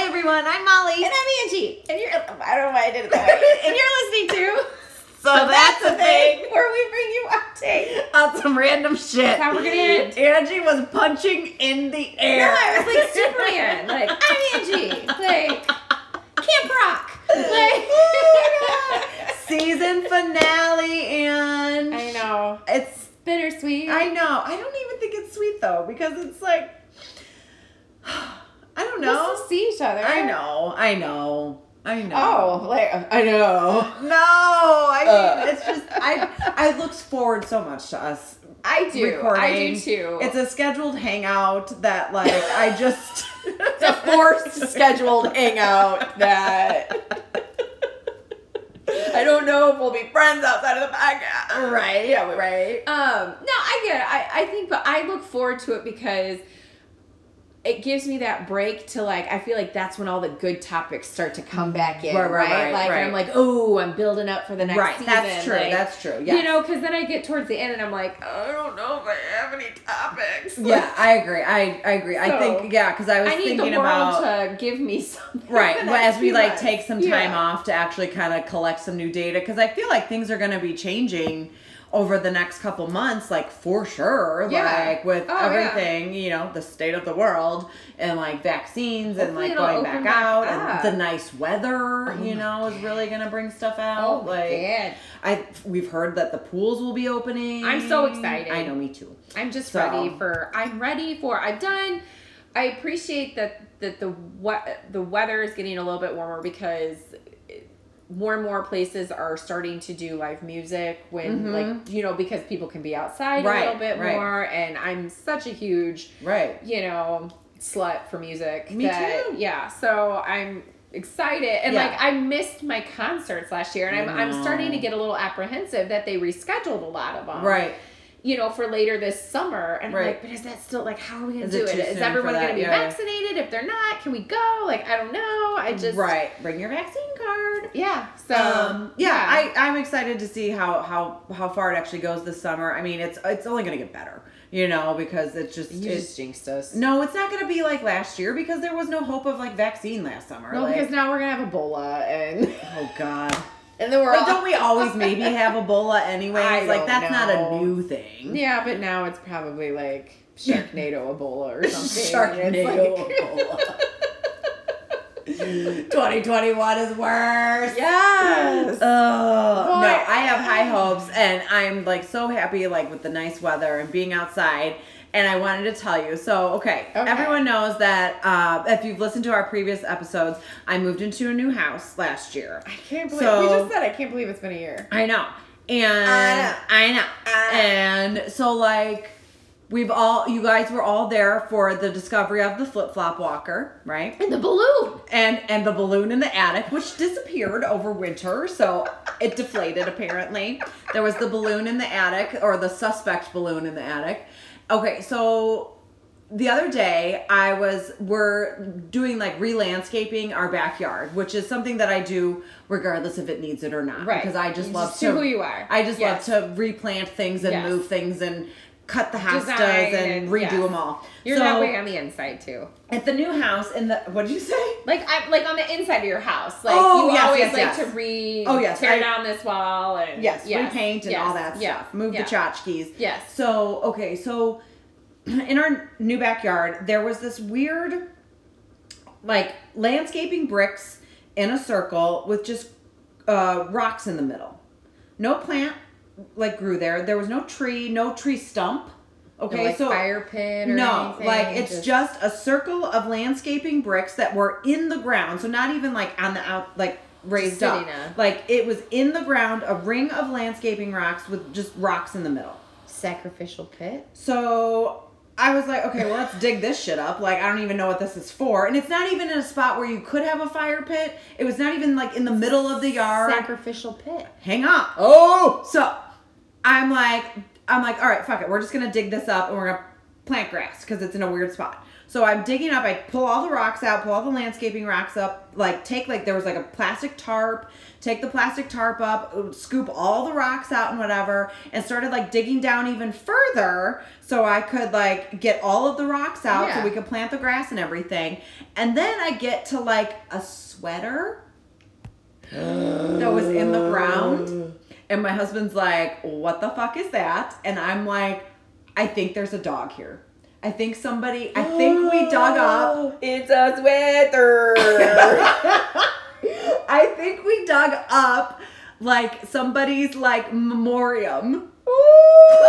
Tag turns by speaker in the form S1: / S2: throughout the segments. S1: everyone. I'm Molly.
S2: And I'm Angie. And you're, I don't know why I did it that way.
S1: And you're listening to
S2: So, that's, the thing.
S1: thing.
S2: where we bring you updates.
S1: on some random shit.
S3: That's how we're gonna end.
S1: Angie was punching in the
S2: No,
S1: air.
S2: I
S3: It's like Superman. Like I'm Angie. Like Camp Rock. Like
S1: Oh Season finale, and
S2: I know.
S1: it's.
S3: bittersweet.
S1: I know. I don't even think it's sweet though, because it's like. I don't know.
S3: We'll still see each other.
S1: I know. I know. I know.
S2: Oh, like I know.
S1: No, I mean
S2: Uh.
S1: it's just I I looked forward so much to us
S3: I do.
S1: recording.
S3: I do too.
S1: It's a scheduled hangout that like I just
S2: It's a forced scheduled hangout that I don't know if we'll be friends outside of the podcast.
S1: Right,
S2: Yeah, we, right.
S3: Um, no, I get it. I, I think, but I look forward to it because it gives me that break to like, I feel like that's when all the good topics start to come back in, right?
S1: Right, right, right,
S3: like,
S1: right.
S3: I'm like, oh, I'm building up for the next
S1: right.
S3: season.
S1: That's true.
S3: like,
S1: that's true. Yeah.
S3: You know, because then I get towards the end and I'm like,
S2: I don't know if I have any topics.
S1: yeah, I agree. I I agree. I
S3: So,
S1: think yeah, because I was
S3: I need the
S1: thinking
S3: world
S1: about
S3: to give me something.
S1: right
S2: the
S1: but
S2: next
S1: as we
S2: few
S1: like
S2: months.
S1: take some time
S3: Yeah.
S1: off to actually kind of collect some new data because i feel like things are going to be changing over the next couple months like for sure
S3: Yeah.
S1: like with
S3: Oh, yeah.
S1: everything you know the state of the world and like vaccines
S3: Hopefully
S1: and
S3: it'll
S1: like going
S3: open
S1: back
S3: back
S1: out
S3: up.
S1: and the nice weather you know is really going to bring stuff out
S3: Oh,
S1: like
S3: man.
S1: i we've heard that the pools will be opening
S3: I'm so excited.
S1: i know me too
S3: I'm just
S1: So-
S3: ready for. I'm ready for. I've done. I appreciate that that the what the weather is getting a little bit warmer because more and more places are starting to do live music when like you know because people can be outside
S1: Mm-hmm. Right,
S3: a little bit
S1: right.
S3: more and I'm such a huge
S1: right
S3: you know slut for music
S1: Me
S3: that-
S1: too.
S3: yeah so I'm excited and
S1: Yeah.
S3: like I missed my concerts last year and I'm
S1: I
S3: I'm starting to
S1: know.
S3: get a little apprehensive that they rescheduled a lot of them
S1: right
S3: you know, for later this summer. And
S1: Right.
S3: I'm like, but is that still like, how are we gonna
S1: Is it
S3: do it?
S1: too soon
S3: Is
S1: for
S3: everyone
S1: that?
S3: gonna be
S1: Yeah.
S3: vaccinated? If they're not, can we go? Like, I don't know. I just
S1: right bring your vaccine card
S3: Yeah. So
S1: um, yeah, I, I'm excited to see how how how far it actually goes this summer. I mean, it's it's only gonna get better, you know, because it's just,
S3: you
S1: it's,
S3: just jinxed us.
S1: no, it's not gonna be like last year because there was no hope of like vaccine last summer.
S3: No,
S1: like,
S3: because now we're gonna have Ebola and
S1: oh god,
S3: and then we're
S1: Like,
S3: all
S1: don't we always maybe have Ebola anyway?
S3: I
S1: Like
S3: don't
S1: that's not a
S3: know.
S1: new thing.
S3: Yeah, but now it's probably like Sharknado Ebola or something. and it's
S1: Sharknado
S3: like-
S1: Ebola. 2021 is worse.
S3: yes.
S1: Oh
S3: Boy.
S1: no, I have high hopes and I'm like so happy like with the nice weather and being outside. And I wanted to tell you. So, okay,
S3: Okay.
S1: everyone knows that uh, if you've listened to our previous episodes, I moved into a new house last year.
S3: I can't believe
S1: So-
S3: we just said I can't believe it's been a year.
S1: I know. And I know. And so like we've all you guys were all there for the discovery of the flip-flop walker, right?
S3: And the balloon.
S1: and and the balloon in the attic which disappeared over winter so it deflated apparently there was the balloon in the attic or the suspect balloon in the attic okay so the other day i was we're doing like re-landscaping our backyard which is something that i do regardless if it needs it or not
S3: Right.
S1: because i just
S3: You
S1: love
S3: just
S1: to
S3: do who you are.
S1: i just
S3: Yes.
S1: love to replant things and
S3: Yes.
S1: move things and cut the hostas
S3: Design
S1: and
S3: and-
S1: redo
S3: yes.
S1: them all
S3: You're
S1: so
S3: that way on the inside too.
S1: at the new house in the what did you say
S3: Like I like on the inside of your house. Like
S1: Oh,
S3: you
S1: yes,
S3: always
S1: yes,
S3: like
S1: yes.
S3: to re
S1: Oh, yes,
S3: tear
S1: I-
S3: down this wall and
S1: Yes, repaint and
S3: yes,
S1: all that
S3: yeah,
S1: stuff. Move
S3: yeah.
S1: the tchotchkes.
S3: Yes.
S1: So, okay, so in our new backyard, there was this weird, like, landscaping bricks in a circle with just uh, rocks in the middle. No plant, like, grew there. There was no tree, no tree stump. Okay,
S3: No, like
S1: so.
S3: fire pit or
S1: No,
S3: anything,
S1: like it's just a circle of landscaping bricks that were in the ground, so not even like on the out, like raised
S3: sitting
S1: up.
S3: there.
S1: Like it was in the ground, a ring of landscaping rocks with just rocks in the middle.
S3: sacrificial pit.
S1: So I was like, okay, well, let's dig this shit up. Like I don't even know what this is for, and it's not even in a spot where you could have a fire pit. It was not even like in the middle of the yard.
S3: Sacrificial pit.
S1: Hang on. Oh, so I'm like, I'm like, all right, fuck it. We're just gonna dig this up and we're gonna plant grass because it's in a weird spot. So I'm digging up. I pull all the rocks out, pull all the landscaping rocks up. Like take like there was like a plastic tarp. Take the plastic tarp up, scoop all the rocks out and whatever, and started like digging down even further so I could like get all of the rocks out so
S3: Yeah.
S1: we could plant the grass and everything. And then I get to like a sweater that was in the ground. And my husband's like, What the fuck is that? And I'm like, I think there's a dog here. I think somebody, I think we dug up,
S3: Oh, It's a sweater.
S1: I think we dug up like somebody's like memoriam.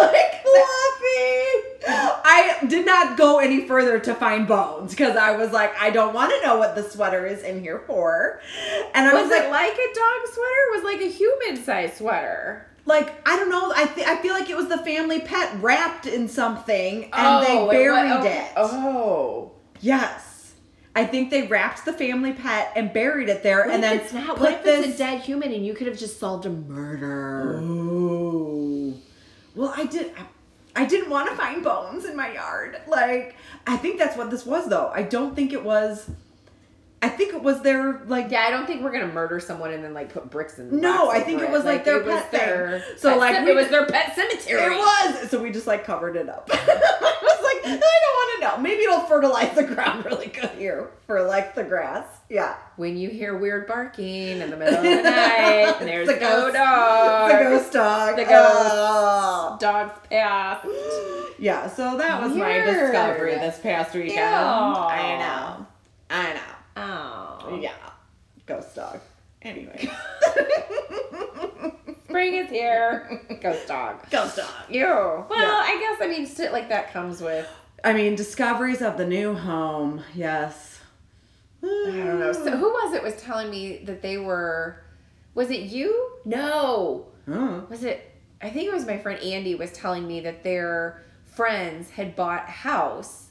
S1: Like fluffy. I did not go any further to find bones because I was like, I don't want to know what the sweater is in here for. And I was,
S3: was
S1: like,
S3: it like a dog sweater? It was like a human sized sweater.
S1: like I don't know. I th- I feel like it was the family pet wrapped in something and
S3: Oh,
S1: they
S3: it wa-
S1: buried it.
S3: okay. Oh.
S1: Yes, I think they wrapped the family pet and buried it there, and then
S3: it's not,
S1: put
S3: what if
S1: this.
S3: it's a dead human and you could have just solved a murder?
S1: Ooh. Well, I did. I, I didn't want to find bones in my yard. Like I think that's what this was, though. I don't think it was. I think it was their like
S3: Yeah, I don't think we're gonna murder someone and then like put bricks in.
S1: No,
S3: rocks
S1: I think
S3: over
S1: it was, like, their pet thing. So,
S3: pet
S1: like,
S3: cem-
S1: we
S3: it was
S1: just-
S3: their pet cemetery.
S1: It was. So we just like covered it up. I was like, I don't want to know. Maybe it'll fertilize the ground really good here for like the grass. Yeah.
S3: When you hear weird barking in the middle of the night, and there's
S1: It's a
S3: no
S1: ghost.
S3: dog.
S1: the ghost dog.
S3: The ghost.
S1: Oh.
S3: Dogs pass.
S1: Yeah. So that was my
S3: Weird.
S1: discovery this past weekend.
S3: Ew.
S1: I know. I know.
S3: Oh,
S1: Yeah. Ghost dog. Anyway.
S3: spring is here. Ghost dog.
S1: ghost dog.
S3: Ew. Well,
S1: Yeah.
S3: I guess I mean shit like that comes with
S1: I mean, discoveries of the new home. Yes. I
S3: I don't know. So who was it was telling me that they were? Was it you? No. Was it? I think it was my friend Andy was telling me that their friends had bought a house,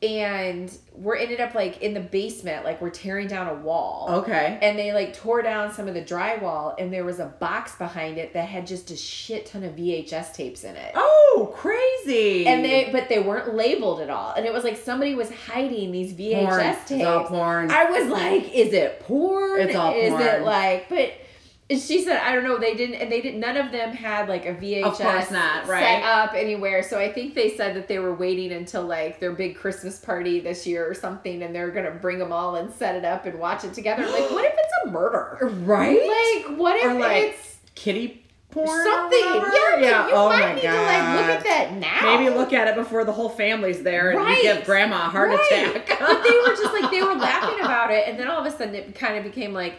S3: and we're ended up like in the basement, like we're tearing down a wall.
S1: Okay.
S3: And they like tore down some of the drywall, and there was a box behind it that had just a shit ton of VHS tapes in it.
S1: Oh, crazy.
S3: And they, but they weren't labeled at all. And it was like somebody was hiding these VHS
S1: porn.
S3: tapes.
S1: It's all porn.
S3: I was like, is it porn?
S1: It's all
S3: Is it
S1: porn.
S3: like, but she said, I don't know. They didn't, and they didn't, none of them had like a VHS
S1: Of course not,
S3: set
S1: right.
S3: up anywhere. So I think they said that they were waiting until like their big Christmas party this year or something, and they're going to bring them all and set it up and watch it together. I'm like, what if it's a murder?
S1: right?
S3: Like, what
S1: Or
S3: if
S1: like
S3: it's
S1: kitty porn. or
S3: something? Yeah,
S1: whatever?
S3: like, you
S1: oh
S3: might
S1: my
S3: need
S1: God.
S3: to like look at that now.
S1: Maybe look at it before the whole family's there and
S3: Right.
S1: you give grandma a heart
S3: Right.
S1: attack.
S3: but they were just like they were laughing about it, and then all of a sudden it kind of became like,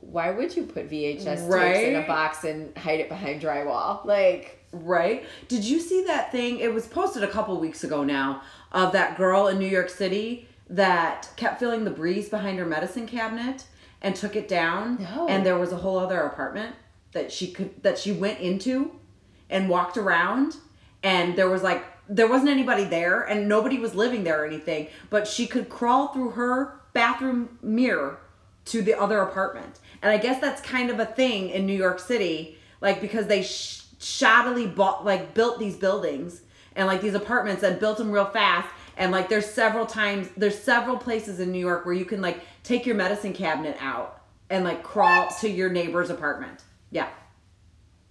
S3: why would you put VHS tapes in a
S1: Right.
S3: box and hide it behind drywall? Like,
S1: Right? Did you see that thing? It was posted a couple weeks ago now of that girl in New York City that kept feeling the breeze behind her medicine cabinet and took it down.
S3: No.
S1: And there was a whole other apartment that she could that she went into and walked around and there was like there wasn't anybody there and nobody was living there or anything, but she could crawl through her bathroom mirror to the other apartment. And I guess that's kind of a thing in New York City, like because they sh- shoddily bought, like built these buildings and like these apartments and built them real fast. And like there's several times, there's several places in New York where you can like take your medicine cabinet out and like crawl to your neighbor's apartment. Yeah.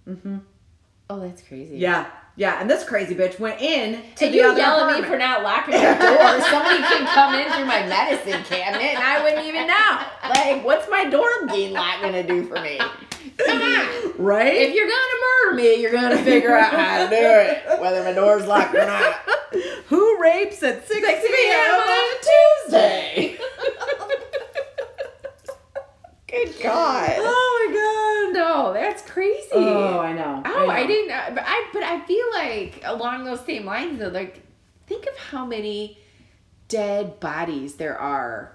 S3: oh, that's crazy.
S1: Yeah. Yeah. And this crazy bitch went in to
S3: And
S1: the
S3: you
S1: other
S3: yell at me
S1: apartment.
S3: for not locking your door. Somebody can come in through my medicine cabinet, and I wouldn't even know. Like, what's my door being lock gonna do for me? Come on.
S1: right?
S3: If you're gonna murder me, you're gonna figure out how to do it, whether my door's locked or not.
S1: Who rapes at 6 p.m.
S3: on
S1: on Tuesday?
S3: Good God.
S1: Oh my god.
S3: No, that's crazy.
S1: Oh, I know.
S3: Oh, I
S1: know.
S3: didn't. uh, But I, but I feel like along those same lines, though, like think of how many dead bodies there are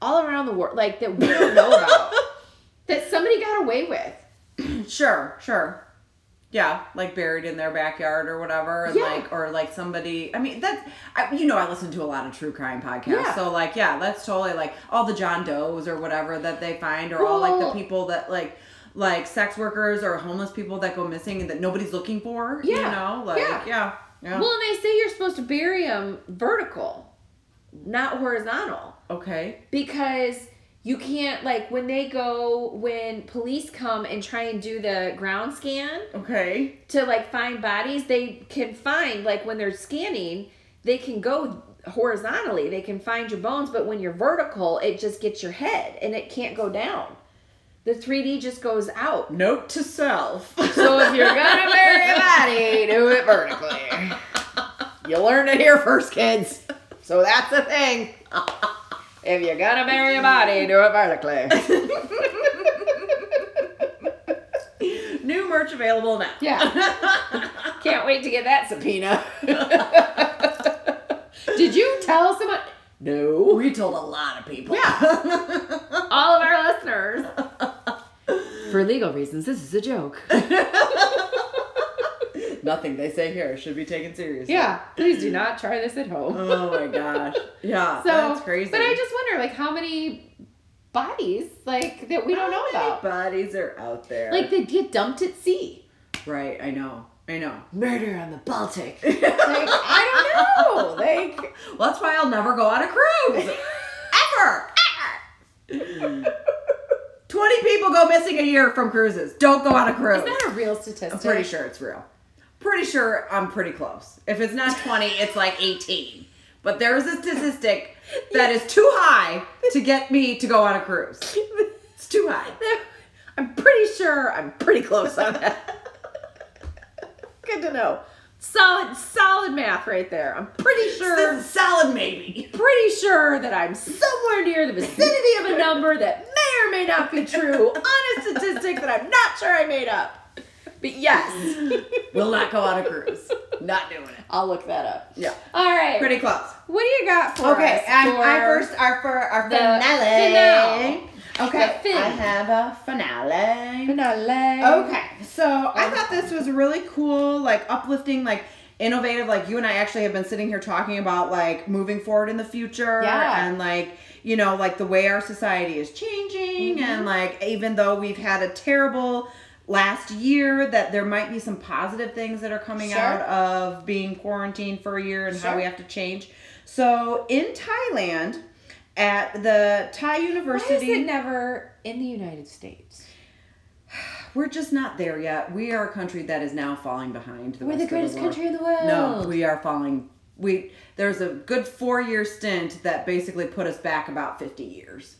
S3: all around the world, like that we don't know about, that somebody got away with.
S1: Sure, sure. Yeah, like buried in their backyard or whatever, and
S3: Yeah.
S1: like or like somebody. I mean, that's I, you know I listen to a lot of true crime podcasts,
S3: Yeah.
S1: so like yeah, that's totally like all the John Does or whatever that they find, or all like
S3: Well-
S1: the people that like like sex workers or homeless people that go missing and that nobody's looking for.
S3: Yeah,
S1: you know, like
S3: yeah.
S1: yeah, Yeah.
S3: Well, and they say you're supposed to bury them vertical, not horizontal,
S1: okay.
S3: because you can't like when they go when police come and try and do the ground scan
S1: Okay.
S3: to like find bodies, they can find like when they're scanning, they can go horizontally. They can find your bones, but when you're vertical, it just gets your head and it can't go down. The 3D just goes out.
S1: Note to self.
S3: So if you're gonna bury a body, do it vertically.
S2: You learned it here first, kids. So that's the thing.
S3: If you're gonna bury a body, do
S2: Do it vertically.
S1: New merch available now.
S3: Yeah. Can't wait to get that subpoena.
S2: Subpoena.
S3: Did you tell someone?
S2: no.
S1: We told a lot of people. Yeah.
S3: All of our listeners. For legal reasons, this is a joke.
S1: Nothing they say here should be taken seriously.
S3: Yeah, please do not try this at home.
S1: Oh my gosh. Yeah.
S3: so
S1: that's crazy.
S3: But I just wonder, like, how many bodies, like, that we don't know
S1: How many
S3: about.
S1: Bodies are out there.
S3: Like, they get dumped at sea.
S1: right. I know. I know.
S2: Murder on the Baltic.
S3: Like, I don't know.
S2: Like,
S1: Well, that's why I'll never go on a cruise. Ever. Ever. 20 people go missing a year from cruises. Don't go on a cruise.
S3: Is that a real statistic?
S1: I'm pretty sure it's real. Pretty sure I'm pretty close. If it's not 20, it's like 18. But there is a statistic that is too high to get me to go on a cruise. It's too high.
S2: I'm pretty sure I'm pretty close on that. Good to know.
S3: Solid, solid math right there. I'm pretty sure,
S1: This is solid maybe.
S3: pretty sure that I'm somewhere near the vicinity of a number that may or may not be true on a statistic that I'm not sure I made up. But yes,
S1: Will not go on a cruise. Not doing it.
S3: I'll look that up.
S1: Yeah.
S3: All right.
S1: Pretty close.
S3: What do you got for us?
S2: Okay, I, I
S3: for-
S2: first our for our
S3: the
S2: finale.
S3: The
S2: Okay,
S3: fin.
S2: I have a finale.
S3: Finale.
S2: Okay, so I thought this was really cool, like uplifting, like
S1: innovative like you and I actually have been sitting here talking about like moving forward in the future
S2: Yeah.
S1: and like you know like the way our society is changing and like even though we've had a terrible last year that there might be some positive things that are coming
S2: Sure.
S1: out of being quarantined for a year and how
S2: Sure.
S1: we have to change. So in Thailand at the
S3: Why
S1: Thai
S3: is
S1: University
S3: it never in the United States?
S1: we're just not there yet. We are a country that is now falling behind the
S3: We're
S1: rest
S3: the
S1: of
S3: greatest
S1: world.
S3: country in the world.
S1: No, we are falling. We there's a good four year stint that basically put us back about fifty years.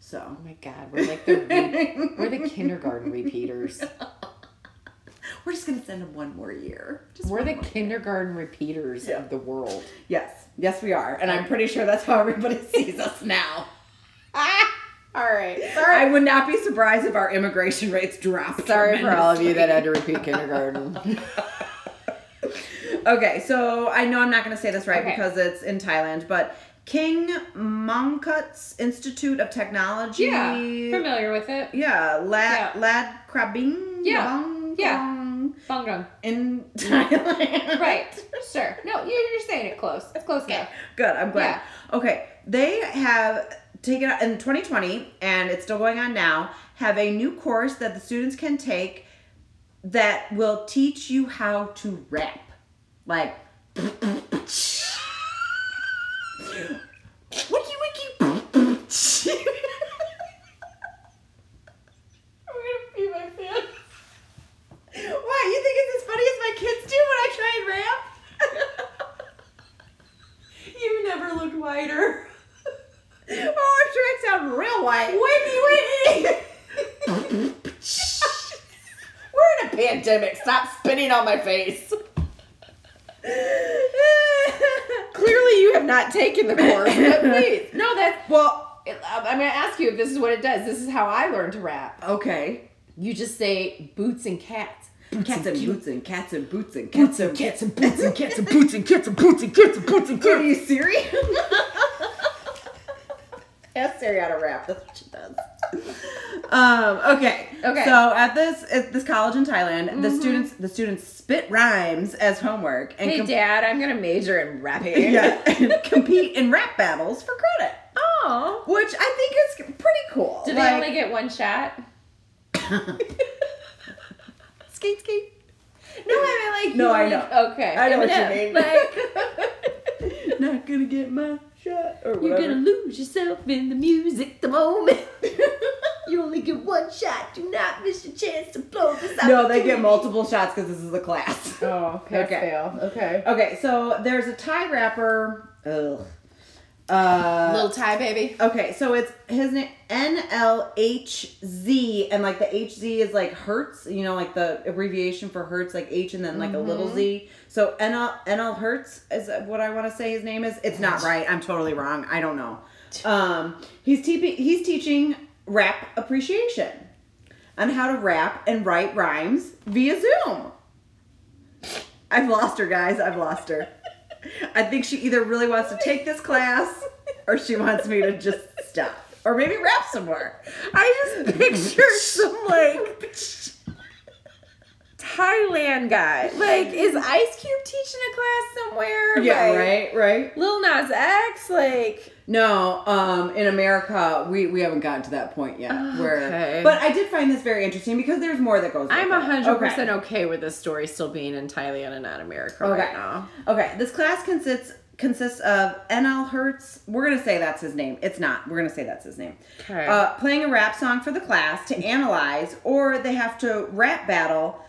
S1: So
S3: Oh my God, we're like the re- we're the kindergarten repeaters.
S1: we're just gonna send them one more year. Just
S3: We're
S1: one
S3: the
S1: more.
S3: kindergarten repeaters
S1: Yeah.
S3: of the world.
S1: yes, yes we are, and I'm pretty sure that's how everybody sees us now.
S2: all right.
S1: I would not be surprised if our immigration rates drop.
S2: Sorry for all of you that had to repeat kindergarten.
S1: Okay, so I know I'm not going to say this right
S3: Okay.
S1: because it's in Thailand, but King Mongkut's Institute of Technology.
S3: familiar with it.
S1: Yeah, lad
S3: Yeah.
S1: lad crabbing.
S3: Yeah,
S1: bong,
S3: yeah.
S1: bong,
S3: Bungang.
S1: in Thailand.
S3: Right. Sure. No, you're, you're saying it close. It's close enough.
S1: Good. I'm glad. Okay, they have taken in 2020, and it's still going on now. Have a new course that the students can take that will teach you how to rap, like. Wiki wiki.
S3: I'm gonna pee my pants.
S1: Why? You think it's as funny as my kids do when I try and rap?
S3: You never looked whiter.
S1: oh, I'm sure it sounds real white. Whitney, Whitney.
S2: We're in a pandemic. Stop spitting on my face. Clearly, you have not taken the course. but please.
S3: No, that's well. I'm gonna ask you if this is what it does. This is how I learned to rap.
S1: okay.
S3: You just say boots and cats.
S1: Cats and boots and cats and boots and cats and cats and boots and cats and
S2: boots and kids and boots and kids and boots and
S1: Are you serious?
S2: Ask Siri how to rap. That's what she does.
S1: um, okay.
S3: Okay. Mm-hmm.
S1: So at this at this college in Thailand, the students the students spit rhymes as homework and
S3: Hey,
S1: com-
S3: Dad, I'm gonna major in rapping.
S1: yeah, and compete in rap battles for credit,
S3: Oh.
S1: which I think is pretty cool.
S3: Do they
S1: Like-
S3: only get one shot?
S1: skate skate?
S3: No, I mean like
S1: No,
S3: you-
S1: I know.
S3: Okay,
S1: I know what you
S3: Eminem,
S1: mean.
S3: Like,
S1: Not gonna get my shot or
S3: you're
S1: whatever.
S3: gonna lose yourself in the music, the moment. you only get one shot. Do not miss your chance to blow this out.
S1: no, they get multiple shots because this is a class.
S2: Oh,
S1: pass
S2: fail. Okay.
S1: Okay, so there's a tie wrapper. Ugh. Uh,
S2: Little tie, baby.
S1: Okay, so it's his name N L H Z, and like the H Z is like Hertz, you know, like the abbreviation for Hertz, like H and then like a little Z. So N L N L Hertz is what I want to say his name is. It's not right. I'm totally wrong. I don't know. Um, he's te- he's teaching rap appreciation on how to rap and write rhymes via Zoom. I've lost her, guys. I've lost her. I think she either really wants to take this class or she wants me to just stop. Or maybe rap somewhere. I just picture some like
S3: Thailand guy. Like, is Ice Cube teaching a class somewhere?
S1: Yeah,
S3: Like,
S1: right, right.
S3: Lil Nas X, like,
S1: No, um, in America we, we haven't gotten to that point yet.
S3: Okay.
S1: Where but I did find this very interesting because there's more that goes.
S3: I'm
S1: with it.
S3: hundred percent
S1: Okay.
S3: okay with this story still being in Thailand and not America
S1: Okay.
S3: right now.
S1: Okay. This class consists consists of NL Hertz. We're gonna say that's his name. It's not. We're gonna say that's his name.
S3: Okay.
S1: Uh, playing a rap song for the class to analyze, or they have to rap battle.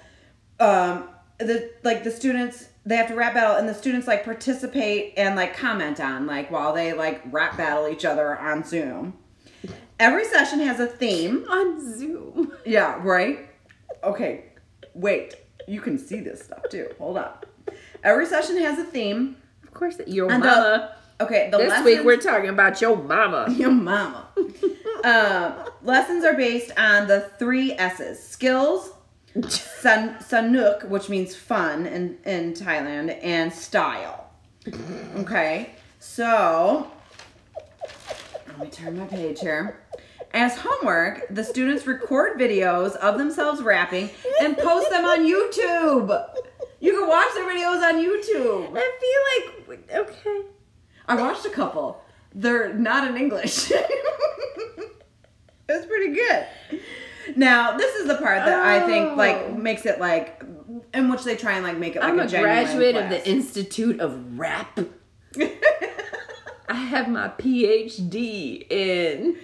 S1: Um, the like the students they have to rap battle, and the students like participate and like comment on like while they like rap battle each other on Zoom. Every session has a theme.
S3: on Zoom.
S1: Yeah, right? Okay, wait. You can see this stuff too. Hold on. Every session has a theme.
S3: Of course, your
S1: And the-
S3: mama.
S1: Okay, the
S3: this
S1: lessons,
S3: week we're talking about your mama.
S1: your mama. um, lessons are based on the three S's: skills, san, sanuk, which means fun in in Thailand, and style. Okay, so let me turn my page here. As homework, the students record videos of themselves rapping and post them on YouTube. You can watch their videos on YouTube.
S3: I feel like okay.
S1: I watched a couple. They're not in English. it was pretty good. Now, this is the part that I think
S3: Oh.
S1: like makes it like in which they try and like make it like
S3: I'm
S1: a,
S3: a
S1: genuine
S3: graduate of
S1: class.
S3: the Institute of Rap. I have my PhD in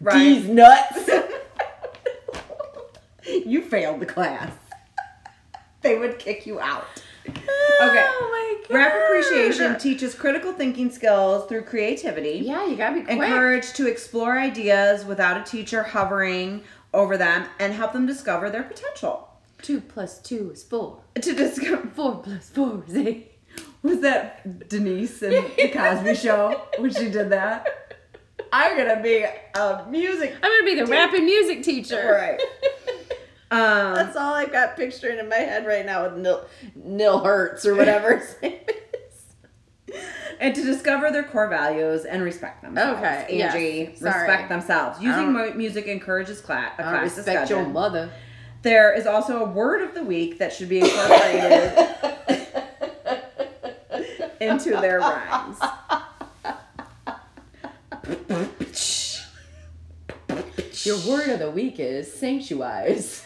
S1: Ryan,
S3: these nuts.
S1: you failed the class. they would kick you out.
S3: Oh my god.
S1: Rap appreciation teaches critical thinking skills through creativity.
S3: Yeah, you gotta be quick.
S1: encouraged to explore ideas without a teacher hovering over them and help them discover their potential.
S3: Two plus two is four.
S1: To discover
S3: Four plus four is eight.
S1: was that Denise in the Cosby Show when she did that? I'm gonna be a music
S3: I'm gonna be the rap and music teacher.
S1: right. Um,
S2: That's all I've got picturing in my head right now with Nil, Nil Hertz or whatever his name is.
S1: and to discover their core values and respect themselves.
S3: Okay, yes.
S1: Angie,
S3: Sorry.
S1: respect themselves.
S3: don't-
S1: Using mu- music encourages class. A
S3: I don't
S1: class
S3: respect
S1: discussion.
S3: your mother.
S1: There is also a word of the week that should be incorporated into their rhymes.
S3: Your word of the week is sanctuize.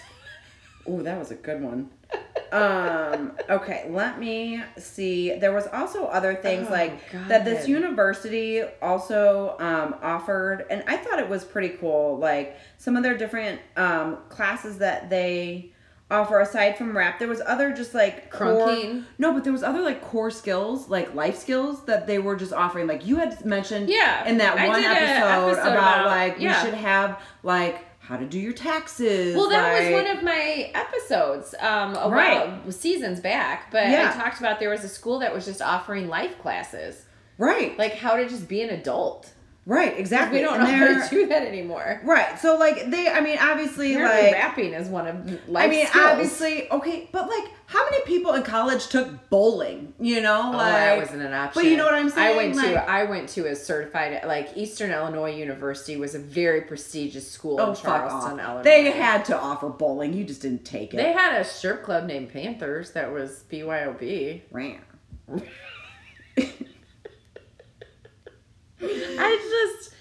S1: Ooh, that was a good one. Um, okay, let me see. There was also other things
S3: Oh,
S1: like that this
S3: God.
S1: university also um, offered, and I thought it was pretty cool. Like some of their different um, classes that they offer aside from rap, there was other just like
S3: Crunking?
S1: Core, no, but there was other like core skills, like life skills that they were just offering. Like you had mentioned,
S3: Yeah,
S1: in that
S3: I
S1: one
S3: did a
S1: episode,
S3: episode
S1: about,
S3: about-
S1: like
S3: yeah.
S1: you should have like how to do your taxes.
S3: Well, that
S1: like-
S3: was one of my episodes, um, a
S1: Right.
S3: while seasons back. But
S1: Yeah.
S3: I talked about there was a school that was just offering life classes,
S1: right.
S3: like how to just be an adult.
S1: Right, exactly.
S3: We don't
S1: And
S3: know how
S1: they're-
S3: to do that anymore.
S1: Right, so like they, I mean, obviously,
S3: Apparently,
S1: like,
S3: rapping is one of life.
S1: I mean,
S3: skills.
S1: obviously, okay, but like, how many people in college took bowling? You know,
S3: Oh,
S1: like
S3: that wasn't an option.
S1: But you know what I'm saying?
S3: I went
S1: like,
S3: to I went to a certified like Eastern Illinois University was a very prestigious school
S1: oh
S3: in
S1: fuck
S3: Charleston, Illinois.
S1: off. They had to offer bowling. You just didn't take it.
S3: They had a strip club named Panthers that was BYOB.
S1: ran.
S3: I just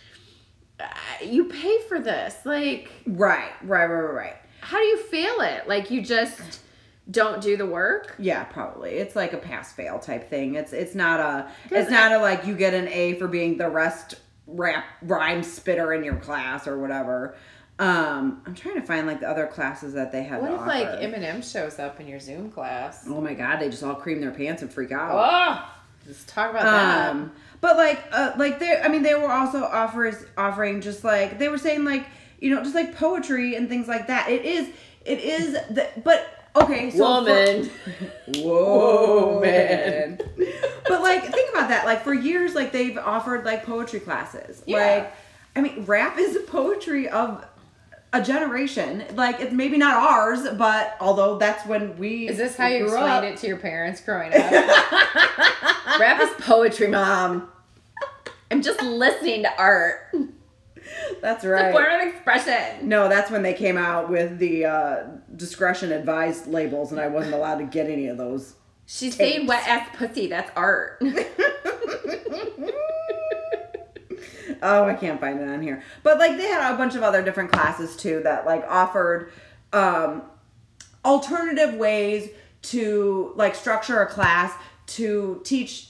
S3: I- you pay for this. Like
S1: Right, right, right, right, right.
S3: how do you fail it? Like you just don't do the work.
S1: Yeah, probably. It's like a pass fail type thing. It's it's not a it's
S3: Doesn't-
S1: not a like you get an A for being the rest rap rhyme spitter in your class or whatever. Um, I'm trying to find like the other classes that they have.
S3: What
S1: to
S3: if like
S1: offer.
S3: Eminem shows up in your Zoom class?
S1: oh my god, they just all cream their pants and freak out.
S3: Oh, let's talk about that.
S1: Um, but like, uh, like they, I mean, they were also offers offering just like they were saying like you know just like poetry and things like that. It is, it is the but okay, so for-
S3: Woman.
S1: whoa,
S3: man.
S1: but like, think about that. Like for years, like they've offered like poetry classes.
S3: Yeah.
S1: Like, I mean, rap is the poetry of. A generation, like it's maybe not ours, but although that's when we
S3: Is this how you
S1: grew
S3: explained
S1: up.
S3: it to your parents growing up?
S2: Rap is poetry,
S1: um,
S2: mom.
S3: I'm just listening to art.
S1: That's
S3: It's
S1: right.
S3: a form of expression.
S1: No, that's when they came out with the uh, discretion advised labels, and I wasn't allowed to get any of those.
S3: She's saying wet ass pussy. That's art.
S1: Oh, I can't find it on here. But like, they had a bunch of other different classes too that like offered um, alternative ways to like structure a class to teach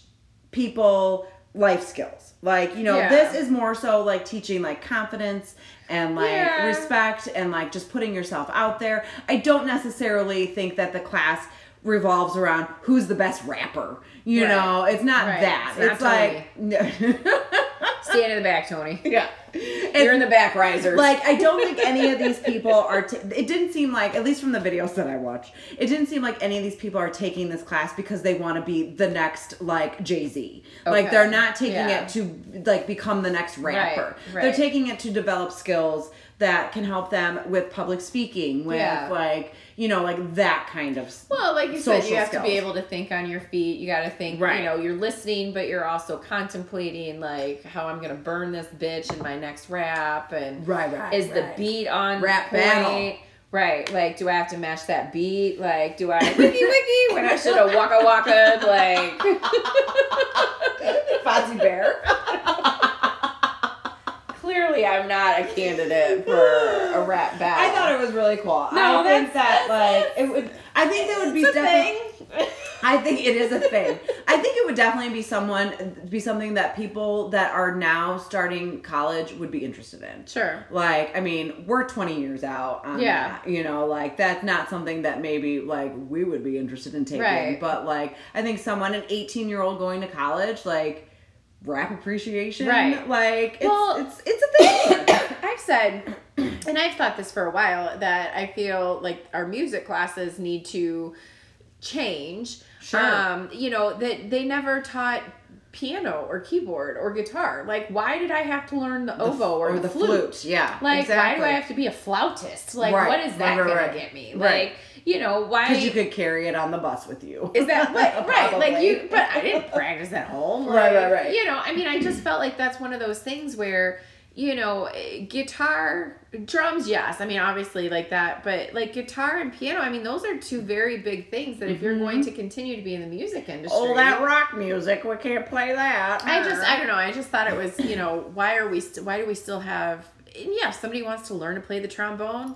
S1: people life skills. Like, you know,
S3: Yeah.
S1: this is more so like teaching like confidence and like
S3: Yeah.
S1: respect and like just putting yourself out there. I don't necessarily think that the class revolves around who's the best rapper. You
S3: Right.
S1: know, it's not
S3: Right.
S1: that. It's,
S3: It's not
S1: like
S3: Stand in the back, Tony.
S2: Yeah.
S1: It's-
S2: You're in the back, risers.
S1: Like I don't think any of these people are. T- it didn't seem like, at least from the videos that I watched, it didn't seem like any of these people are taking this class because they want to be the next like Jay Z. Like
S3: Okay.
S1: they're not taking
S3: Yeah.
S1: it to like become the next rapper.
S3: right.
S1: They're taking it to develop skills that can help them with public speaking, with
S3: Yeah.
S1: like you know, like that kind of. s-
S3: Well, like you said,
S1: Social
S3: you have to be
S1: skills.
S3: able to think on your feet. You got to think,
S1: Right.
S3: you know, you're listening, but you're also contemplating, like, how I'm going to burn this bitch in my next rap. And
S1: Right, right.
S3: is the
S1: right.
S3: beat on
S1: Rap
S3: point?
S1: battle.
S3: Right. Like, do I have to match that beat? Like, do I wiki wiki when I should have waka waka? Like,
S1: Fozzie Bear?
S3: clearly I'm not a candidate for a rap battle.
S1: I thought it was really cool.
S3: No,
S1: I
S3: that's-
S1: think that
S3: that's-
S1: like it would. I think that would be
S3: It's a
S1: definitely.
S3: thing.
S1: I think it is a thing. I think it would definitely be someone be something that people that are now starting college would be interested in.
S3: Sure.
S1: Like, I mean, we're 20 years out on
S3: Yeah.
S1: that, you know, like that's not something that maybe like we would be interested in taking,
S3: Right.
S1: but like I think someone an 18-year-old going to college like rap appreciation,
S3: Right.
S1: like it's
S3: Well-
S1: it's it's a thing.
S3: I've said, and I've thought this for a while, that I feel like our music classes need to change.
S1: Sure.
S3: Um, you know, that they never taught piano or keyboard or guitar. Like, why did I have to learn the, oboe or, the, flute?
S1: Yeah.
S3: Like,
S1: exactly.
S3: why do I have to be a flautist? Like,
S1: Right,
S3: what is that
S1: right, right,
S3: going
S1: right.
S3: to get me? Like,
S1: Right.
S3: you know, why?
S1: Cuz you could carry it on the bus with you.
S3: Is that what? Right. Like
S1: Probably.
S3: you, but I didn't practice at home.
S1: Right,
S3: like,
S1: right, right.
S3: You know, I mean, I just felt like that's one of those things where, you know, eh, guitar, drums, yes. I mean, obviously like that, but like guitar and piano, I mean, those are two very big things that if you're going to continue to be in the music industry.
S1: All Mm-hmm. Oh, that rock music, we can't play that.
S3: I just, I don't know. I just thought it was, you know, why are we, st- why do we still have, and yeah, if somebody wants to learn to play the trombone,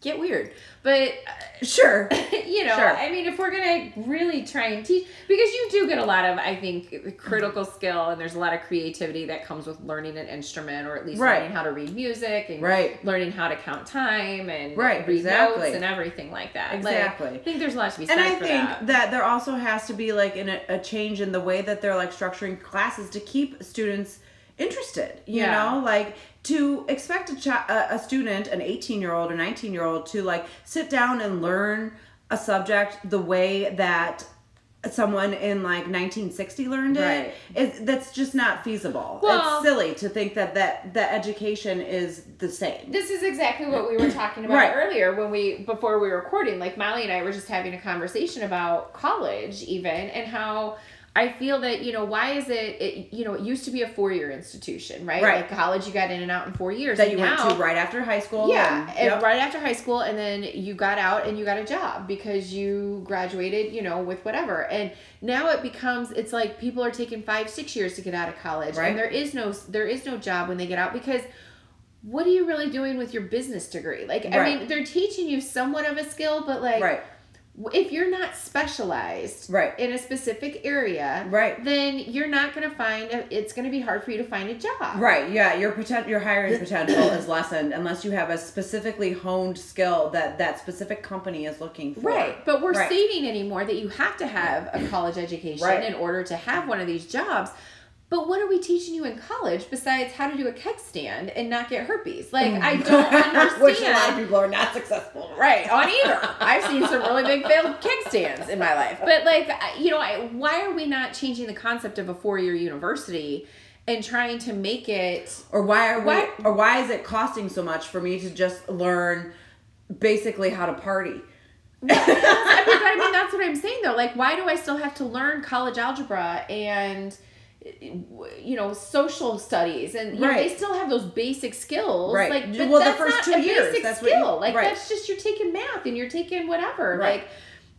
S3: get weird. But uh,
S1: sure.
S3: you know,
S1: Sure.
S3: I mean, if we're gonna really try and teach, because you do get a lot of, I think, critical
S1: Mm-hmm.
S3: skill, and there's a lot of creativity that comes with learning an instrument, or at least
S1: Right.
S3: learning how to read music, and
S1: Right.
S3: learning how to count time, and
S1: Right,
S3: read
S1: exactly.
S3: notes and everything like that. Like,
S1: Exactly.
S3: I think there's a lot to be said
S1: And I
S3: for
S1: think
S3: that.
S1: that. there also has to be like an, a change in the way that they're like structuring classes to keep students interested. You
S3: Yeah.
S1: know, like to expect a, chi- a, a student, an 18 year old or 19 year old, to like sit down and learn a subject the way that someone in like 1960 learned
S3: Right.
S1: it is that's just not feasible
S3: Well-
S1: it's silly to think that that that education is the same
S3: This is exactly what we were talking about
S1: Right.
S3: earlier when we before we were recording. Like Molly and I were just having a conversation about college, even and how I feel that you know why is it, it you know it used to be a four year institution, right?
S1: Right.
S3: Like college, you got in and out in four years.
S1: that
S3: and
S1: you
S3: now,
S1: went to right after high school
S3: Yeah,
S1: and-
S3: and
S1: Yep.
S3: right after high school, and then you got out and you got a job because you graduated, you know, with whatever. And now it becomes it's like people are taking five, six years to get out of college,
S1: Right.
S3: and there is no there is no job when they get out because what are you really doing with your business degree? Like, I
S1: Right.
S3: mean, they're teaching you somewhat of a skill, but like,
S1: right
S3: if you're not specialized
S1: Right.
S3: in a specific area,
S1: Right.
S3: then you're not going to find a, it's going to be hard for you to find a job.
S1: Right, yeah, your poten- your hiring potential is lessened unless you have a specifically honed skill that that specific company is looking for.
S3: Right, but we're
S1: Right.
S3: stating anymore that you have to have a college education
S1: Right.
S3: in order to have one of these jobs. But what are we teaching you in college besides how to do a keg stand and not get herpes? Like I don't understand.
S1: Mm. Which a lot of people are not successful.
S3: Right, on either. I've seen some really big failed keg stands in my life. But, like, I- you know, I, why are we not changing the concept of a four year university and trying to make it.
S1: Or why are we?
S3: What?
S1: Or why is it costing so much for me to just learn basically how to party?
S3: I mean, but I mean, that's what I'm saying, though. Like, why do I still have to learn college algebra and, you know, social studies? And, you know, they
S1: Right.
S3: still have those basic skills.
S1: Right.
S3: Like, but
S1: Well, the
S3: that's
S1: first
S3: not
S1: two
S3: a
S1: years,
S3: basic
S1: that's what you-
S3: skill. like,
S1: right.
S3: that's just you're taking math and you're taking whatever.
S1: Right.
S3: Like,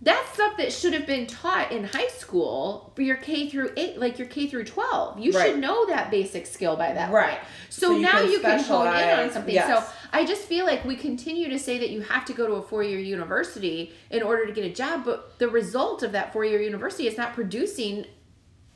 S3: that's stuff that should have been taught in high school for your K through eight, like your K through twelve. You
S1: Right.
S3: should know that basic skill by that
S1: Right.
S3: point. So,
S1: So you
S3: now
S1: can
S3: you can hone in on
S1: specialize,
S3: something.
S1: yes.
S3: So I just feel like we continue to say that you have to go to a four year university in order to get a job, but the result of that four year university is not producing